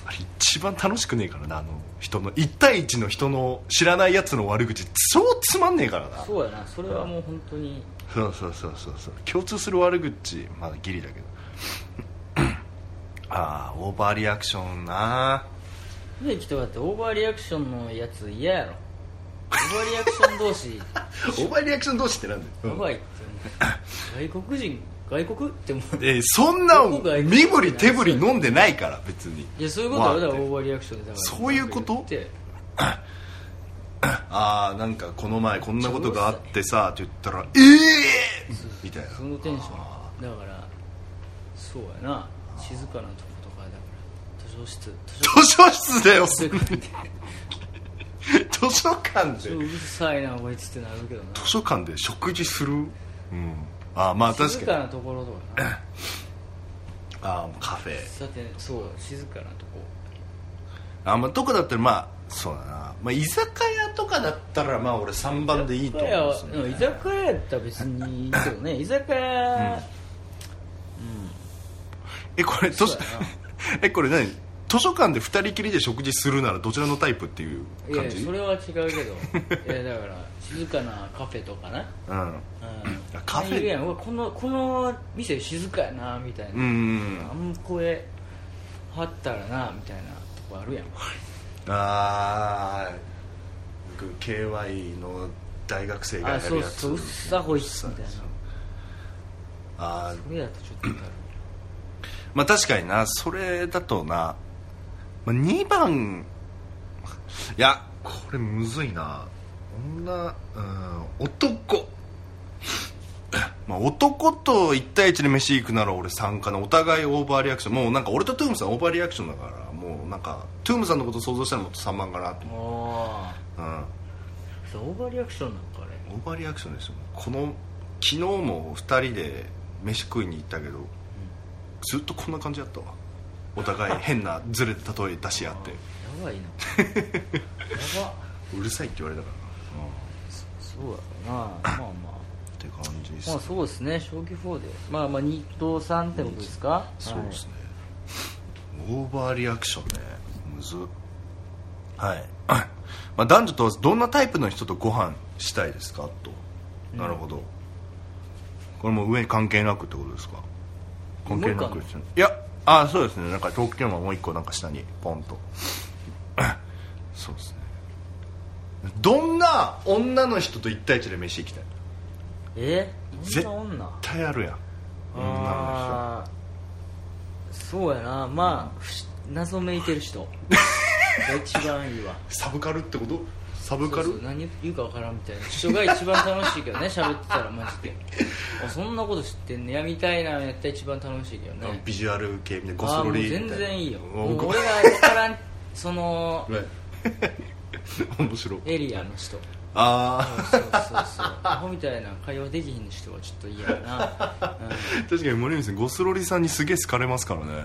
Speaker 2: あれ一番楽しくねえからなあの人の1対1の人の知らないやつの悪口超つまんねえからな
Speaker 1: そうやなそれはもう本当に
Speaker 2: そうそうそうそうそう共通する悪口まだギリだけどああオーバーリアクションな
Speaker 1: 植木とかってオーバーリアクションのやつ嫌やろオーバーリアクション同 士
Speaker 2: オーバーリアクション同士ってなんだよ、
Speaker 1: やばいって思う外国人外国って思う
Speaker 2: えーそんな
Speaker 1: どこが
Speaker 2: 身振り手振り飲んでないから別に
Speaker 1: いやそういうことあるだろ
Speaker 2: まあ
Speaker 1: オーバーリアクションでだから
Speaker 2: そういうこと
Speaker 1: なんか言って
Speaker 2: ああなんかこの前こんなことがあってさって言ったら「ええ
Speaker 1: そう
Speaker 2: みたいな
Speaker 1: そのテンションだからそうやな静かなとことかだから図書室図書
Speaker 2: 図書室だよ図
Speaker 1: 室って
Speaker 2: 書館
Speaker 1: う
Speaker 2: で
Speaker 1: るさいなこいつってなるけどな
Speaker 2: 図書館で食事するうんああまあ
Speaker 1: 静
Speaker 2: 確か
Speaker 1: か
Speaker 2: に
Speaker 1: なところとかな
Speaker 2: ああカフェ
Speaker 1: さてそう静かなとこ
Speaker 2: あまあどこだったらまあそうだな、まあ、居酒屋とかだったらまあ俺3番でいいと思うんですよね
Speaker 1: 居酒屋やったら別にいいけどね居酒屋、
Speaker 2: えこれ図
Speaker 1: そう
Speaker 2: 書
Speaker 1: や
Speaker 2: えこれ何図書館で2人きりで食事するならどちらのタイプっていう
Speaker 1: いやい
Speaker 2: 感
Speaker 1: や
Speaker 2: じ
Speaker 1: それは違うけどいやだから静かなカフェとかね、
Speaker 2: うん
Speaker 1: うん、
Speaker 2: カフェ
Speaker 1: いるやんうわこのこの店静かやなみたいな、
Speaker 2: うん
Speaker 1: あんこへ張ったらなみたいなとこあるやん
Speaker 2: ああ KY の大学生が
Speaker 1: あ
Speaker 2: やる
Speaker 1: そう
Speaker 2: やつ
Speaker 1: そううっさほいっすみたいな
Speaker 2: ああー
Speaker 1: それだとちょっとだる
Speaker 2: まあ確かになそれだとな、まあ、2番いやこれむずいな女うん男まあ男と1対1で飯行くなら俺3かなお互いオーバーリアクションもうなんか俺とトゥームさんオーバーリアクションだからもうなんかトゥームさんのこと想像したらもっと3番かなと思
Speaker 1: ああ
Speaker 2: う、うん
Speaker 1: そうオーバーリアクションなんかあれ
Speaker 2: オーバーリアクションですよこの昨日も2人で飯食いに行ったけど、ずっとこんな感じだったわお互い変なズレで例え出し合って
Speaker 1: や ばいなやば
Speaker 2: うるさいって言われたからな、
Speaker 1: そうだろうなま あまあ
Speaker 2: って感じです、
Speaker 1: まあそうですね将棋4でまあまあ2と3ってことですか
Speaker 2: そうですね、オーバーリアクションねむずっはい まあ男女問わずどんなタイプの人とご飯したいですかと、なるほどこれもう上に関係なくってことですか関係な
Speaker 1: もう
Speaker 2: く
Speaker 1: 一
Speaker 2: ですねいやああそうですねなんかトークテーマもう一個なんか下にポンと そうですねどんな女の人と一対一で飯行きたい
Speaker 1: え
Speaker 2: ぜ
Speaker 1: 女女
Speaker 2: 絶対あるやん女の
Speaker 1: ああそうやなまあふし謎めいてる 人が一番いいわ
Speaker 2: 人サブカルってことサブ
Speaker 1: そ
Speaker 2: カ
Speaker 1: う
Speaker 2: ル
Speaker 1: そう何言うか分からんみたいな人が一番楽しいけど ね喋ってたらマジであそんなこと知ってんねやみたいなやったら一番楽しいけどね
Speaker 2: ビジュアル系みたいなゴス
Speaker 1: あ
Speaker 2: ロ
Speaker 1: もう
Speaker 2: リみたいな
Speaker 1: 全然いいよも
Speaker 2: お
Speaker 1: う
Speaker 2: ご
Speaker 1: 俺が分からんそ の
Speaker 2: めん面白い
Speaker 1: エリアの人
Speaker 2: あ
Speaker 1: そうそうそうアホみたいな会話できひん人はちょっと嫌やな、うん
Speaker 2: あ確かに森光さんゴスロリさんにすげえ好かれますからね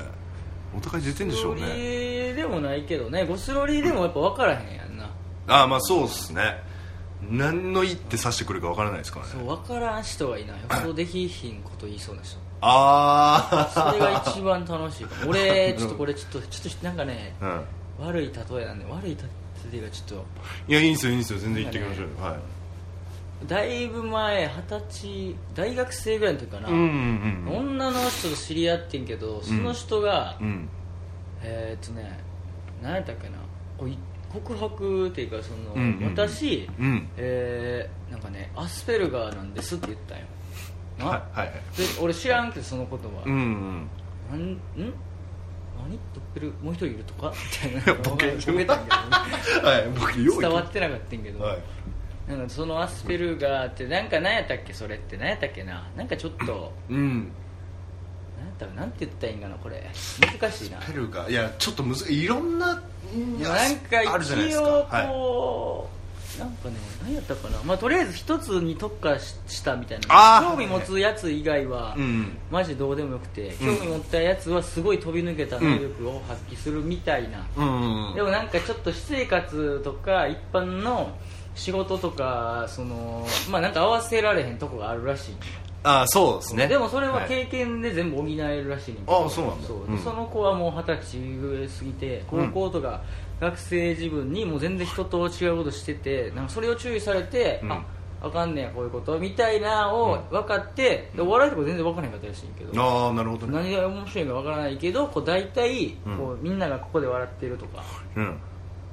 Speaker 2: お互い出てんでしょう
Speaker 1: ゴスロリ
Speaker 2: ね
Speaker 1: ーでもないけどねゴスロリーでもやっぱ分からへんやんな
Speaker 2: ああまあそうっすね何の一手指してくるかわからないですから
Speaker 1: そ
Speaker 2: ね
Speaker 1: う分からん人はいない予想できひんこと言いそうな人
Speaker 2: あ
Speaker 1: それが一番楽しいかも俺ちょっとこれちょっとちょっとなんかね
Speaker 2: あうん
Speaker 1: 悪い例えなんで悪い例えがちょっ
Speaker 2: いやいいんすよいいんすよ全然行ってきましょうよはい
Speaker 1: とだいぶ前二十歳大学生ぐらいの時かな、
Speaker 2: うんうんうん
Speaker 1: 女の人と知り合ってんけどその人が、
Speaker 2: うん
Speaker 1: えーっとね何やったっけなこうい告白っていうかその、
Speaker 2: うんうんうん
Speaker 1: 私、
Speaker 2: うん
Speaker 1: えーなんかねアスペルガーなんですって言ったんよな、
Speaker 2: はいはいはい
Speaker 1: で俺知らんけどその言葉、
Speaker 2: うんうん
Speaker 1: なんん何ドッペルもう一人いるとかみたいな
Speaker 2: ボケ
Speaker 1: たんけどね
Speaker 2: はい僕用意
Speaker 1: 伝わってなかったんけど、
Speaker 2: はい
Speaker 1: なんかそのアスペルガーってなんか何やったっけそれって何やったっけななんかちょっと
Speaker 2: うん
Speaker 1: 何やったかなんて言ったらいいんかなこれ難しいな
Speaker 2: ペルがいやちょっとむずいいろんな
Speaker 1: でもなんか
Speaker 2: あるじゃないで
Speaker 1: 一
Speaker 2: すか
Speaker 1: 応
Speaker 2: はい
Speaker 1: こう、なんかね何やったかな、まあ、とりあえず一つに特化ししたみたい
Speaker 2: あ
Speaker 1: な
Speaker 2: ー
Speaker 1: 興味持つやつ以外は、
Speaker 2: うん
Speaker 1: マジどうでもよくて興味持ったやつはすごい飛び抜けた能力を発揮するみたいな、
Speaker 2: うん
Speaker 1: でもなんかちょっと私生活とか一般の仕事とかそのまあなんか合わせられへんとこがあるらしい、
Speaker 2: ああそうですね
Speaker 1: でもそれはい経験で全部補えるらしいねんけ
Speaker 2: あそうなんだ
Speaker 1: そう
Speaker 2: うん
Speaker 1: その子はもう二十歳過ぎて高校とか学生自分にもう全然人と違うことしててなんかそれを注意されて、
Speaker 2: うん
Speaker 1: ああかんねやこういうことみたいなのを分かって、でお笑いとか全然分からへんかったらしいけど、
Speaker 2: ああなるほどね
Speaker 1: 何が面白いか分からないけどこう大体
Speaker 2: うん
Speaker 1: こう、みんながここで笑ってるとか
Speaker 2: うん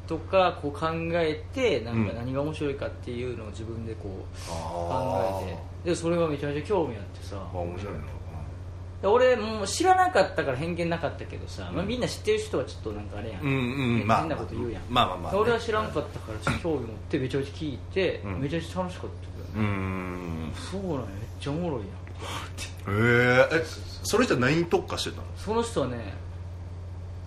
Speaker 1: とかこう考えてなんか
Speaker 2: うん
Speaker 1: 何が面白いかっていうのを自分でこう
Speaker 2: あ
Speaker 1: 考えてでそれがめちゃめちゃ興味あってさ
Speaker 2: あ面白いな
Speaker 1: で俺もう知らなかったから偏見なかったけどさ、まあ、みんな知ってる人はちょっとなんかあれやん、
Speaker 2: うんうんまあ
Speaker 1: 変なこと言うやん、
Speaker 2: まあまあまあね
Speaker 1: 俺は知らんかったからちょっと興味持ってめちゃめちゃ聞いて、
Speaker 2: うん
Speaker 1: めちゃめちゃ楽しかった
Speaker 2: うーん
Speaker 1: そうなんやめっちゃおもろいやん
Speaker 2: へーえそれじゃ何に特化してたの
Speaker 1: その人はね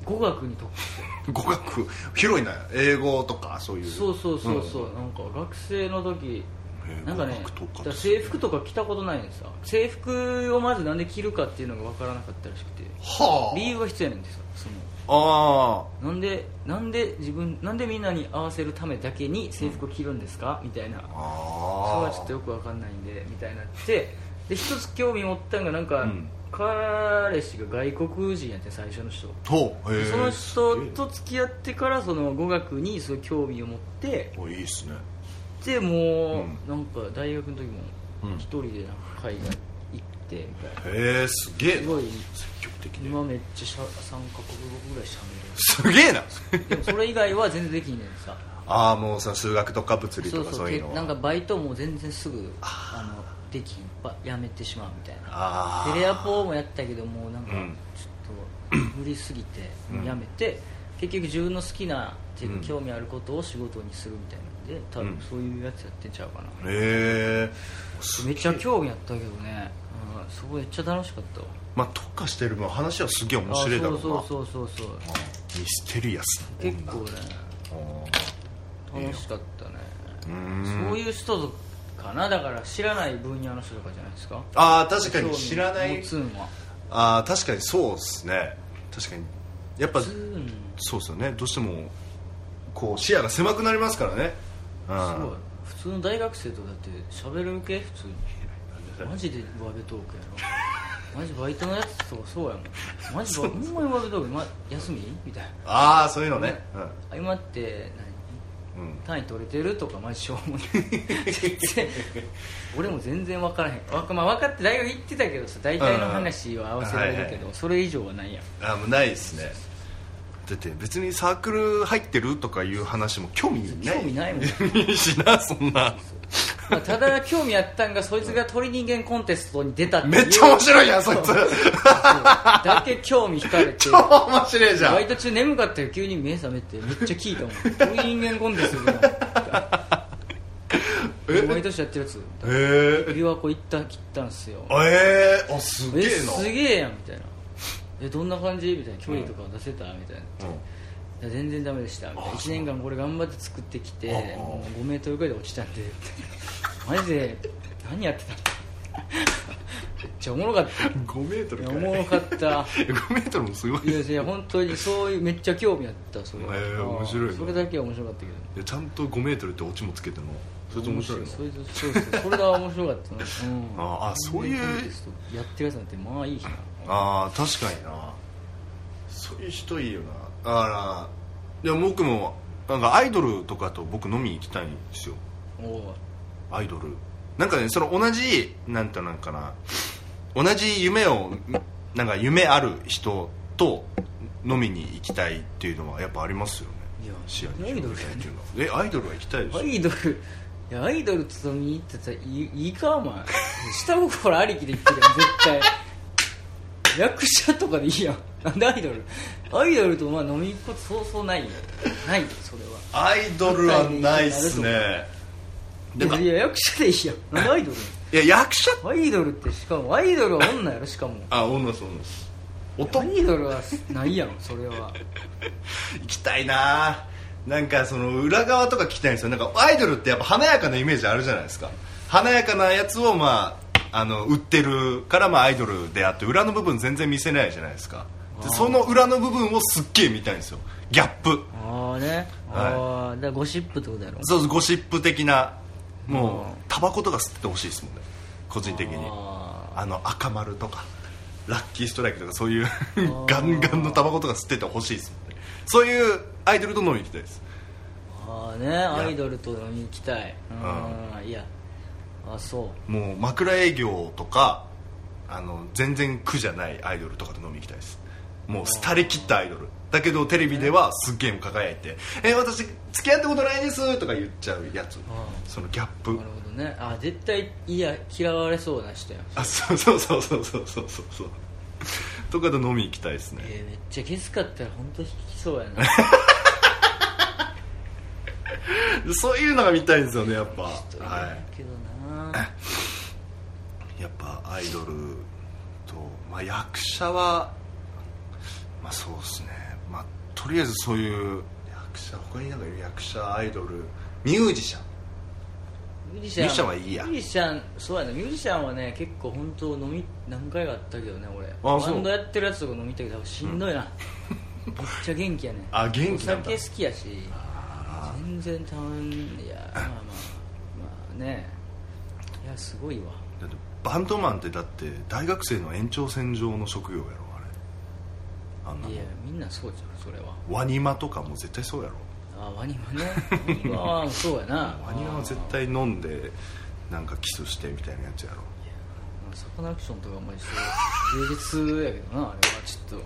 Speaker 1: 語学に特化して
Speaker 2: 語学広いな英語とかそういう
Speaker 1: るそうそうそうそう、
Speaker 2: ん
Speaker 1: なんか学生の時
Speaker 2: へー
Speaker 1: なんかね
Speaker 2: 語学特
Speaker 1: だ
Speaker 2: 化っ
Speaker 1: か
Speaker 2: て
Speaker 1: ら制服とか着たことないんですよ制服をまずなんで着るかっていうのが分からなかったらしくて
Speaker 2: は
Speaker 1: 理由が必要やねんですよその
Speaker 2: ああ
Speaker 1: なんでなんで自分なんでみんなに合わせるためだけに制服を着るんですか、みたいな
Speaker 2: あ
Speaker 1: それ
Speaker 2: あ
Speaker 1: はちょっとよくわかんないんでみたいになってで一つ興味持ったのがなんか、
Speaker 2: うん
Speaker 1: 彼氏が外国人やって最初の人
Speaker 2: ほうへ
Speaker 1: で
Speaker 2: ー
Speaker 1: その人
Speaker 2: す
Speaker 1: と付き合ってからその語学にすごい興味を持って
Speaker 2: げえおいいっすね
Speaker 1: でも
Speaker 2: うん
Speaker 1: うなんか大学の時も
Speaker 2: うん
Speaker 1: 一人でなんか海外行ってみたいな
Speaker 2: へえすげえ
Speaker 1: すごい
Speaker 2: 積極 的ね
Speaker 1: 今めっちゃしゃ3カ国語ぐらいしゃ
Speaker 2: すげえな
Speaker 1: べるでもそれ以外は全然できんねんさ
Speaker 2: ああもうさ数学とか物理
Speaker 1: そ
Speaker 2: と
Speaker 1: う
Speaker 2: か
Speaker 1: そ
Speaker 2: そううい
Speaker 1: け
Speaker 2: うの
Speaker 1: なんか
Speaker 2: は
Speaker 1: バイトも全然すぐあのできんばやめてしまうみたいな
Speaker 2: あー
Speaker 1: テレアポもやったけどもうなんか
Speaker 2: うん
Speaker 1: ちょっと無理すぎて
Speaker 2: うん
Speaker 1: やめて、結局自分の好きなっていう
Speaker 2: うん
Speaker 1: か興味あることを仕事にするみたいなので多
Speaker 2: うん
Speaker 1: 分そういうやつやってんちゃうかな、
Speaker 2: へえす
Speaker 1: めっちゃ興味あったけどね、うん、すごいめっちゃ楽しかったわ
Speaker 2: まあ特化してる分話はすげえ面白いだろうな
Speaker 1: あそうそうそうそうそう
Speaker 2: ミステリアスな女
Speaker 1: 結構ね楽しかったね、
Speaker 2: うーん
Speaker 1: そういう人とかなだから知らない分野の人とかじゃないですか
Speaker 2: ああ確かに知らな
Speaker 1: 興味
Speaker 2: い
Speaker 1: 持つんは
Speaker 2: ああ確かにそうですね確かにやっぱ
Speaker 1: つん
Speaker 2: そうですよねどうしてもこう視野が狭くなりますからねう
Speaker 1: すごい
Speaker 2: ん
Speaker 1: 普通の大学生とだって喋る系普通にマジで上辺トークや ろマジバイトのやつとかそうやもんマジバほんまに上辺トーク、ま、休みみたいな
Speaker 2: ああそういうのねうん
Speaker 1: あ今って
Speaker 2: うん
Speaker 1: 何単位取れてるとかマジしょうもない全然俺も全然分からへんわか、まあ、分かって大学行ってたけどさ大体の話は合わせられるけ
Speaker 2: うんはい
Speaker 1: どそれ以上はないやん
Speaker 2: あもうないですねだって別にサークル入ってるとかいう話も興味ない
Speaker 1: 興味 ないもん
Speaker 2: しなそんな
Speaker 1: まあただ興味あったんがそいつが鳥人間コンテストに出たっていう
Speaker 2: めっちゃ面白いやんそいつ
Speaker 1: だけ興味惹かれて
Speaker 2: 超面白いじゃん
Speaker 1: バイト中眠かったよ急に目覚めてめっちゃ聞いたもんこういう人間コンテストだ
Speaker 2: え
Speaker 1: な毎年やってるやつ
Speaker 2: へー
Speaker 1: 琵琶湖行った切ったんすよ
Speaker 2: えー、あすげ
Speaker 1: え
Speaker 2: え
Speaker 1: す
Speaker 2: な
Speaker 1: げえやんみたいなえどんな感じみたいな距離とか出せたみたいな「いや全然ダメでした」みたいな1年間これ頑張って作ってきて
Speaker 2: ああ
Speaker 1: もう5メートルぐらいで落ちたんで みたいなマジで何やってたんだめっちゃおもろかったい
Speaker 2: 5メー トル
Speaker 1: や
Speaker 2: か
Speaker 1: お
Speaker 2: い
Speaker 1: もろかった
Speaker 2: 5メートルもすごい
Speaker 1: いやいや本当にそういうめっちゃ興味あったそれは、
Speaker 2: へえ面白いな
Speaker 1: それだけは面白かったけど
Speaker 2: いやちゃんと5メートルってオチもつけてのそれと面白いの
Speaker 1: それとそうそうそれが面白か ったな、うん、
Speaker 2: ああそういう
Speaker 1: コンテストやってるやつなんてまあいいしな
Speaker 2: ああ確かになそういう人いいよなあらいや僕もなんかアイドルとかと僕飲みに行きたいんですよ
Speaker 1: おお
Speaker 2: アイドルなんかねその同じなんてなんかな同じ夢をなんか夢ある人と飲みに行きたいっていうのはやっぱありますよね
Speaker 1: いや
Speaker 2: 視野に
Speaker 1: アイドル
Speaker 2: 広げたいっていうのはえアイドルは行きたいでしょ
Speaker 1: アイドルいやアイドルと飲みに行ってたらいいいいかお前下心ありきで言ってるやん絶対 役者とかでいいやんなんでアイドルアイドルとまあ飲みに行くことそうそうないよないよそれは
Speaker 2: アイドルはないっすねでも
Speaker 1: いやいや役者でいいやんなんでアイドル
Speaker 2: いや役者
Speaker 1: アイドルってしかもアイドルは女やろしかも
Speaker 2: あ女そう女
Speaker 1: ア
Speaker 2: 男
Speaker 1: イドルはないやろそれは
Speaker 2: 行きたいななんかその裏側とか聞きたいんですよなんかアイドルってやっぱ華やかなイメージあるじゃないですか華やかなやつをまああの売ってるからまあアイドルであって裏の部分全然見せないじゃないですかでその裏の部分をすっげえ見たいんですよギャップ
Speaker 1: ああねああだからゴシップってことやろ
Speaker 2: そうそうゴシップ的な
Speaker 1: う
Speaker 2: もうタバコとか吸ってほしいですもんね個人的に
Speaker 1: あ
Speaker 2: あの赤丸とかラッキーストライクとかそういうガンガンのタバコとか吸っててほしいですもんねそういうアイドルと飲みに行きたいです
Speaker 1: ああねアイドルと飲みに行きたいうんいやあそ
Speaker 2: もう枕営業とかあの全然苦じゃないアイドルとかと飲みに行きたいですもう廃れ切ったアイドルだけどテレビではすっげえ輝いて「え私付き合ったことないです」とか言っちゃうやつそのギャッ
Speaker 1: う
Speaker 2: プ
Speaker 1: なるほどねあ絶対いや嫌われそうな人やん
Speaker 2: あそうそうそうそうそうそうそうそうとかと飲み行きたいですね
Speaker 1: えーめっちゃゲスかったら本当引きそうや な
Speaker 2: でそういうのが見たいんですよねやっぱ
Speaker 1: 人い
Speaker 2: は
Speaker 1: ないけどな、
Speaker 2: いやっぱアイドルと、まあ、役者はまあそうですねまあとりあえずそういう役者他になんかいる役者アイドルミュージシャン
Speaker 1: ミュージ
Speaker 2: ミュージシャンはいいや
Speaker 1: ミュージシャンそうやねミュージシャンはね結構本当飲み何回かあったけどね俺
Speaker 2: そう
Speaker 1: バンドやってるやつとか飲みたけどしんどいな、めっちゃ元気やね
Speaker 2: あ元気なんだ
Speaker 1: お酒好きやし全然たまんいやまあまあまあねいやすごいわ
Speaker 2: だってバンドマンってだって大学生の延長線上の職業やろあれあんないの
Speaker 1: やみんなそうじゃんそれは
Speaker 2: ワニマとかも絶対そうやろ
Speaker 1: あワニマ ねワニマはそうやな
Speaker 2: ワニマは絶対飲んでなんかキスしてみたいなやつやろ
Speaker 1: サカナクションとかも一緒芸術やけどなあれはちょっと、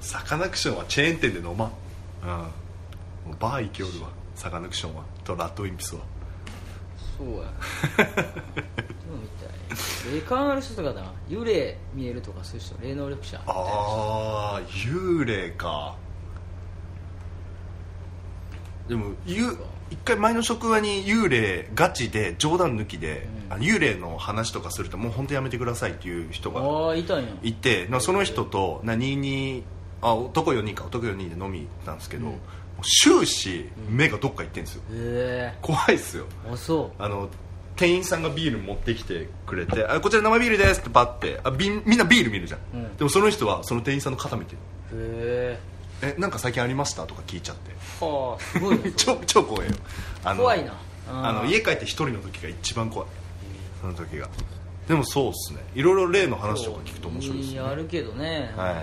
Speaker 2: サカナクションはチェーン店で飲まん、うん、もうバー行きおるわサカナクションはとラッドウィンピスは
Speaker 1: うんそうや今みたい霊感ある人とかだな幽霊見えるとかそういう人霊能力者みたいな人
Speaker 2: ああ幽霊かでもゆ一回前の職場に幽霊ガチで冗談抜きで、
Speaker 1: うん
Speaker 2: あの幽霊の話とかするともう本当やめてくださいっていう人が
Speaker 1: ああいたんや
Speaker 2: いてなんかその人と何にあ男4人か男4人で飲み行ったんですけど、
Speaker 1: うん
Speaker 2: もう終始目がどっか行ってんですよ
Speaker 1: へ
Speaker 2: 怖いっすよ
Speaker 1: えあそ
Speaker 2: あの店員さんがビール持ってきてくれて「あこちら生ビールです」ってバッてあ瓶みんなビール見るじゃん、
Speaker 1: うん
Speaker 2: でもその人はその店員さんの肩見て
Speaker 1: うへえ
Speaker 2: 「えなんか最近ありました?」とか聞いちゃっ
Speaker 1: はあすごい
Speaker 2: て
Speaker 1: なそ
Speaker 2: 超
Speaker 1: れ
Speaker 2: 超怖えよあの
Speaker 1: 怖いな
Speaker 2: あ
Speaker 1: あ
Speaker 2: の
Speaker 1: ー
Speaker 2: 家帰って一人の時が一番怖いその時がでもそうっすねいろいろ例の話とか聞くと面白いですね
Speaker 1: あるけどね
Speaker 2: はい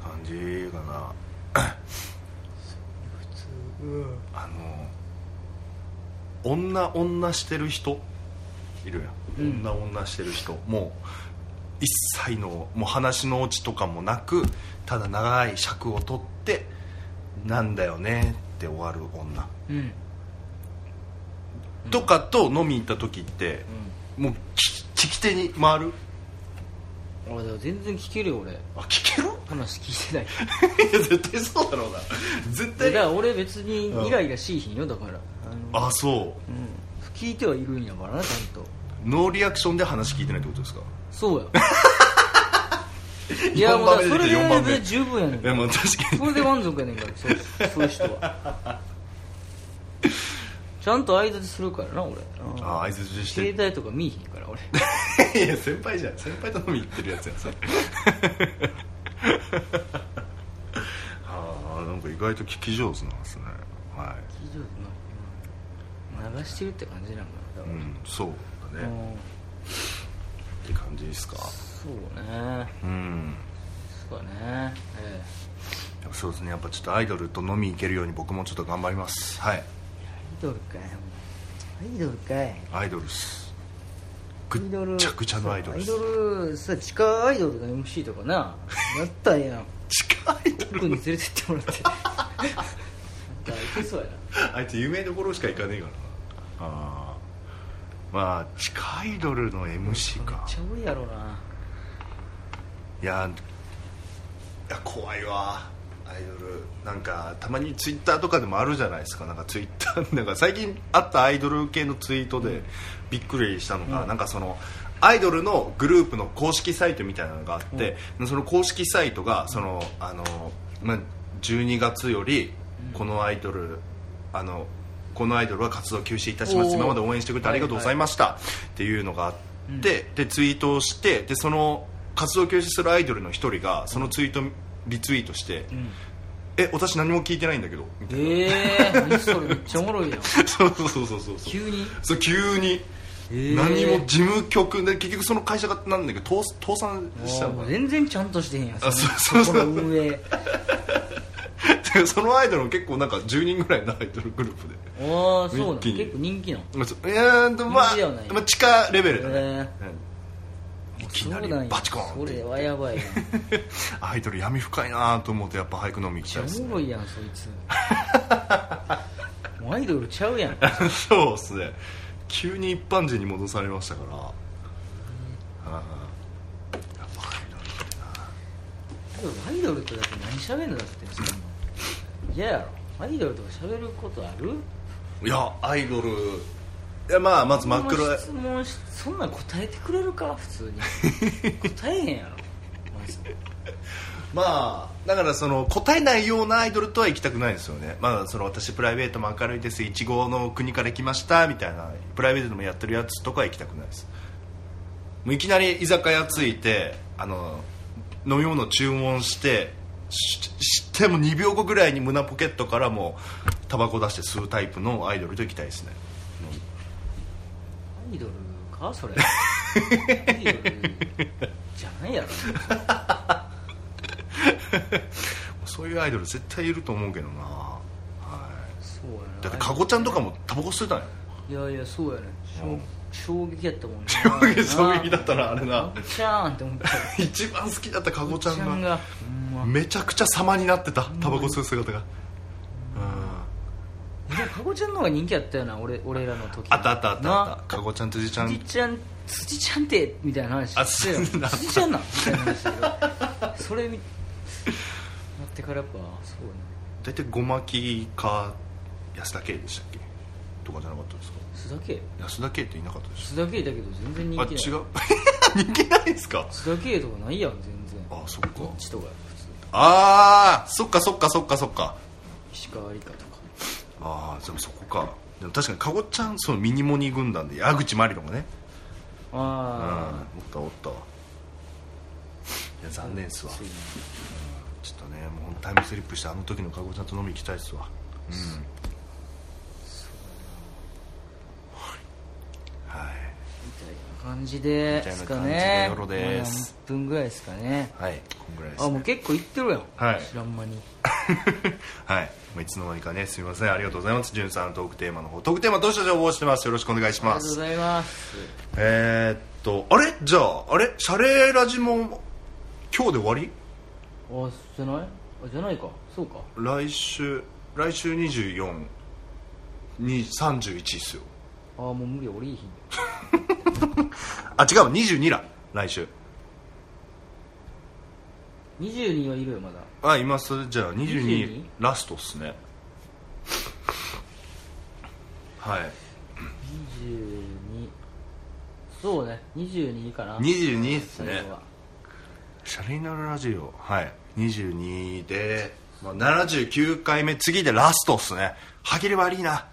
Speaker 2: 感じかなあの女女してる人いるやん、
Speaker 1: うん
Speaker 2: 女女してる人もう一切のもう話のオチとかもなくただ長い尺を取って「なんだよね」って終わる女
Speaker 1: うんうん
Speaker 2: とかと飲み行った時ってもうき聞き手に回る
Speaker 1: 俺でも全然聞けるよ俺
Speaker 2: あ聞ける
Speaker 1: 話聞い てないけど
Speaker 2: いや絶対そうだろうな絶
Speaker 1: だ
Speaker 2: 対
Speaker 1: から俺別にイライラしいひんよだからあの
Speaker 2: あそう
Speaker 1: うん、聞いてはいるんやからなちゃんと
Speaker 2: ノーリアクションで話聞いてないってことですか
Speaker 1: そう やいやもうだからそれ
Speaker 2: 4番目
Speaker 1: で十分やねん
Speaker 2: いやまあ確かに
Speaker 1: それで満足やねんからそうそういう人はちゃんと相槌するからな俺
Speaker 2: ああ相づちし
Speaker 1: 携
Speaker 2: て
Speaker 1: 帯とか見いひんから俺
Speaker 2: いや先輩じゃん先輩と飲み行ってるやつやんそれああなんか意外と聞き上手なんですねは
Speaker 1: 聞いてるなうん流してるって感じなんかなだ
Speaker 2: い、う
Speaker 1: か
Speaker 2: ん、そうだ
Speaker 1: ら、う
Speaker 2: ね
Speaker 1: ん
Speaker 2: って感じですか
Speaker 1: そうね
Speaker 2: うん
Speaker 1: そうだねえ
Speaker 2: やっぱそうですねやっぱちょっとアイドルと飲み行けるように僕もちょっと頑張りますは
Speaker 1: え
Speaker 2: い
Speaker 1: アイドルかいアイドルかい
Speaker 2: アイドルっす
Speaker 1: ア
Speaker 2: ぐ
Speaker 1: イド
Speaker 2: っ
Speaker 1: ル
Speaker 2: ちゃくちゃのアイドルっす
Speaker 1: そうアイドルさ地下アイドルの MC とかなやったんやん
Speaker 2: 近い
Speaker 1: 奥に連れてってもらってなんかいけそうやな
Speaker 2: あいつ有名どころしか行かねえからなあーまあ地下アイドルの MC
Speaker 1: めっ
Speaker 2: か
Speaker 1: ちゃ多いやろうない
Speaker 2: やいや怖いわアイドルなんかたまにツイッターとかでもあるじゃないですかなんかツイッター なんか最近あったアイドル系のツイートでびっくりしたのが、なんかそのアイドルのグループの公式サイトみたいなのがあって、その公式サイトがそのあの、まあ、12月よりこのアイドルあのこのアイドルは活動休止いたしま
Speaker 1: お
Speaker 2: す
Speaker 1: ー
Speaker 2: 今まで応援してくれてありがとうございました、っていうのがあって、でツイートをしてでその活動休止するアイドルの一人がそのツイートリツイートして「
Speaker 1: ん
Speaker 2: え私何も聞いてないんだけど」みたいな、
Speaker 1: ええ何それめっちゃおもろいやん
Speaker 2: そうそうそうそうそう
Speaker 1: 急 に
Speaker 2: そう急に、
Speaker 1: えー
Speaker 2: 何も事務局で結局その会社がなんだけど倒倒産したの
Speaker 1: もう
Speaker 2: かな
Speaker 1: 全然ちゃんとしてへんやん
Speaker 2: あそうそうそう
Speaker 1: この運営
Speaker 2: でそのアイドルも結構なんか10人ぐらいのアイドルグループで
Speaker 1: ああそうなの
Speaker 2: 一気に
Speaker 1: 結構人気なの
Speaker 2: まあそえーとま
Speaker 1: 人
Speaker 2: あ
Speaker 1: 気ではない
Speaker 2: まあ地下レベルだね、
Speaker 1: へ
Speaker 2: うんいきなり
Speaker 1: そうなんや
Speaker 2: バチコーンっ
Speaker 1: そ
Speaker 2: て
Speaker 1: れはやばいな
Speaker 2: アイドル闇深いなと思ってやっぱ俳句飲み行き
Speaker 1: ち
Speaker 2: た
Speaker 1: ゃ
Speaker 2: いです
Speaker 1: お
Speaker 2: ね
Speaker 1: もろいやんそい つもうアイドルちゃうやん
Speaker 2: そうっすね急に一般人に戻されましたから、ああやっぱアイドル
Speaker 1: アイドルとだって何喋るんのだってそんな嫌やろアイドルとか喋ることある
Speaker 2: いやアイドルいやまあまず真っ黒い
Speaker 1: 質問しそんなん答えてくれるか普通に答えへんやろマジで
Speaker 2: まあだからその答えないようなアイドルとは行きたくないですよねまあその私プライベートも明るいですいちごの国から来ましたみたいなプライベートでもやってるやつとかは行きたくないですもういきなり居酒屋着いてあの飲み物注文してししても2秒後ぐらいに胸ポケットからもうタバコ出して吸うタイプのアイドルと行きたいですね
Speaker 1: アイドルかそれアイドルじゃないやろ
Speaker 2: そういうアイドル絶対いると思うけどな、はい、
Speaker 1: そうやな
Speaker 2: だってかごちゃんとかもタバコ吸ってたんよ
Speaker 1: いやいやそうやね
Speaker 2: うん
Speaker 1: 衝衝撃やったもんね
Speaker 2: 衝撃だったなあれな
Speaker 1: かごちゃんって思った
Speaker 2: 一番好きだったかごちゃ
Speaker 1: かご
Speaker 2: んが
Speaker 1: がほんま
Speaker 2: めちゃくちゃ様になってたタバコ吸う姿がうん
Speaker 1: いやかごちゃんの方が人気やったよな俺俺らの時
Speaker 2: あったあったあったあ
Speaker 1: な
Speaker 2: ったかごちゃんとじちゃん
Speaker 1: 土ちゃん土ちゃんってみたいな話
Speaker 2: あ
Speaker 1: して
Speaker 2: そう
Speaker 1: よ
Speaker 2: なんだ
Speaker 1: 土ちゃんなんみたいな話だけどそれ見なってからやっぱそうね
Speaker 2: 大体ごまきか安田圭でしたっけとかじゃなかったですか
Speaker 1: 須田圭
Speaker 2: 安田圭っていなかったでし
Speaker 1: 須田圭だけど全然人気
Speaker 2: たあ
Speaker 1: ない
Speaker 2: 違う 人気ないですか
Speaker 1: 須田圭とかないやん全然
Speaker 2: あそっか
Speaker 1: どっちとか普通
Speaker 2: ああそっかそっかそっかそっか
Speaker 1: 石川理香とか
Speaker 2: ああでもそこかでも確かにかごちゃんそのミニモニ軍団で矢口真理とかねうんお
Speaker 1: あ
Speaker 2: ったおったわいや
Speaker 1: あ
Speaker 2: 残念っすわ
Speaker 1: そうね
Speaker 2: ちょっとねもうタイムスリップしてあの時のかごちゃんと飲み行きたいっすわうんはい
Speaker 1: みたいな感じで
Speaker 2: みたいな
Speaker 1: すか
Speaker 2: 感じで
Speaker 1: ね
Speaker 2: 夜です
Speaker 1: まあ何分ぐらいですかね
Speaker 2: はいこんぐらいです
Speaker 1: あもう結構いってるやん、
Speaker 2: はい
Speaker 1: 知らん間に
Speaker 2: はいもういつの間にかねすみませんありがとうございますじゅんさんトークテーマの方トークテーマどうした情報してますよろしくお願いし
Speaker 1: ありがと
Speaker 2: ま
Speaker 1: うご
Speaker 2: す
Speaker 1: ざいます
Speaker 2: えー、っとあれじゃああれシャレラジも今日で終わり
Speaker 1: あじゃないあじゃないかそうか
Speaker 2: 来週来週24に31っすよ
Speaker 1: あもう無理俺いいひん
Speaker 2: あ違う22だ来週
Speaker 1: 22はいるよまだ
Speaker 2: あ今それじゃあ 22,
Speaker 1: 22
Speaker 2: ラストっすねはい
Speaker 1: 22そうね22かな
Speaker 2: 22っすね
Speaker 1: 最後は
Speaker 2: シャレになるラジオはい22で、まあ、79回目次でラストっすね歯切れ悪いな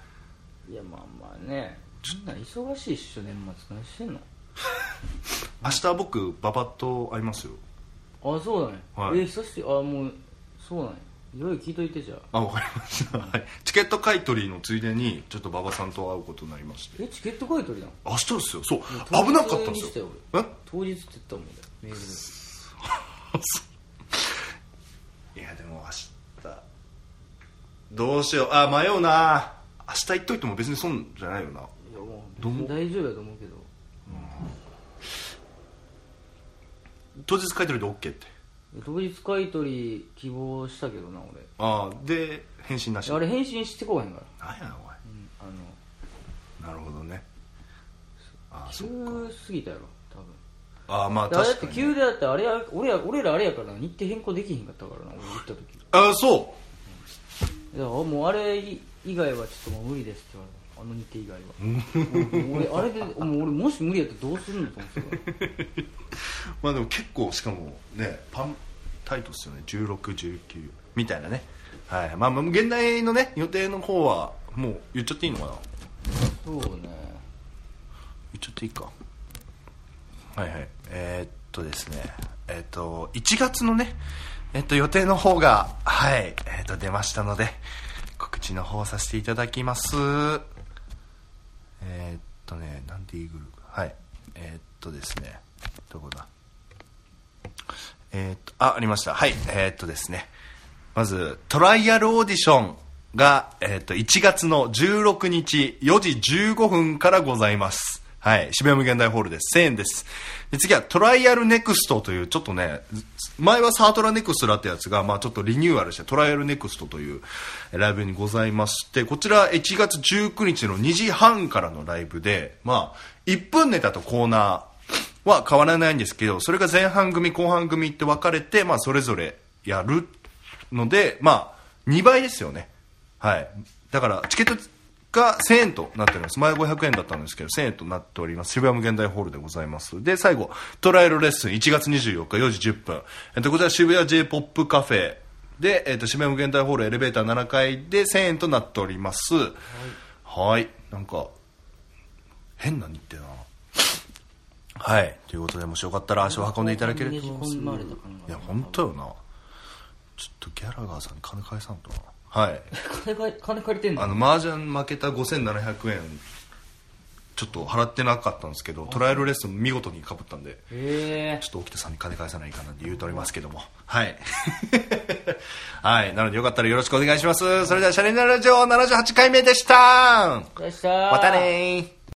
Speaker 2: い
Speaker 1: やまあまあねみんな忙しいっしょ年末何してんの
Speaker 2: 明日僕ババッと会いますよ
Speaker 1: あそうだね、
Speaker 2: はい
Speaker 1: え久しぶりあもうそうなんやいろいろ聞いといてじゃあ
Speaker 2: あわかりました、はい、チケット買い取りのついでにちょっと馬場さんと会うことになりまして
Speaker 1: えチケット買い取りなの
Speaker 2: 明日ですよそう
Speaker 1: 当日
Speaker 2: 危なかったんですよ
Speaker 1: にし
Speaker 2: え
Speaker 1: 当日って言ったもんねメールで
Speaker 2: いやでも明日どうしようあ迷うな明日行っといても別に損じゃないよない
Speaker 1: やもう
Speaker 2: どうも
Speaker 1: 大丈夫やと思うけど
Speaker 2: 当日書いてるで OK って
Speaker 1: 当日買い取り希望したけどな俺
Speaker 2: ああで返信なし
Speaker 1: あれ返信してこうへんから、
Speaker 2: なんやお
Speaker 1: うん、あの
Speaker 2: いなるほどねああそ
Speaker 1: 急
Speaker 2: う
Speaker 1: すぎたやろ多分
Speaker 2: ああまあ
Speaker 1: だだっ
Speaker 2: 確
Speaker 1: て
Speaker 2: かに
Speaker 1: 急でだってあれや俺ら俺らあれやからな日程変更できひんかったからな俺行った時
Speaker 2: ああそ
Speaker 1: いやもうあれ以外はちょっともう無理ですって言われたあの日程以 外は俺あれでもう俺もし無理やったらどうするのと思ってたから
Speaker 2: うまあでも結構しかもねパンタイトっすよね1619みたいなねはいまあまあ現代のね予定の方はもう言っちゃっていいのかな
Speaker 1: そうね
Speaker 2: 言っちゃっていいかはいはいえーっとですねえーっと1月のねえーっと予定の方がはいえーっと出ましたので告知の方させていただきますえーっとねなんてイーグルはいえーっとですねどこだえーっとあありましたはいえーっとですねままずトライアルオーディションが、えっと1月の16日4時15分からございますはい渋谷無限大ホールです1000円ですで次はトライアルネクストというちょっとね前はサートラネクストだったやつが、まあ、ちょっとリニューアルしてトライアルネクストというライブにございましてこちら1月19日の2時半からのライブで、まあ、1分ネタとコーナーは変わらないんですけどそれが前半組後半組って分かれて、まあ、それぞれやるので、まあ、2倍ですよね。はい。だから、チケットが1000円となっております。前500円だったんですけど、1000円となっております。渋谷無限大ホールでございます。で、最後、トライアルレッスン1月24日4時10分。えっと、こちら渋谷 J-POP カフェで、えっと、渋谷無限大ホールエレベーター7階で1000円となっております。はい。なんか、変な日程だな。はい。ということで、もしよかったら足を運んでいただけると
Speaker 1: ねじ込まれたかない
Speaker 2: や本当よなちょっとギャラガーさんに金返さんとなはい
Speaker 1: 金借り金借りてんの
Speaker 2: あの麻雀負けた5700円ちょっと払ってなかったんですけどトライアルレッスン見事にかぶったんで
Speaker 1: ええ
Speaker 2: ちょっと沖田さんに金返さないかなって言うとおりますけどもはい はいなのでよかったらよろしくお願いしますそれではシャレになるラジオ78回目でした
Speaker 1: ー、よっしゃー
Speaker 2: またねー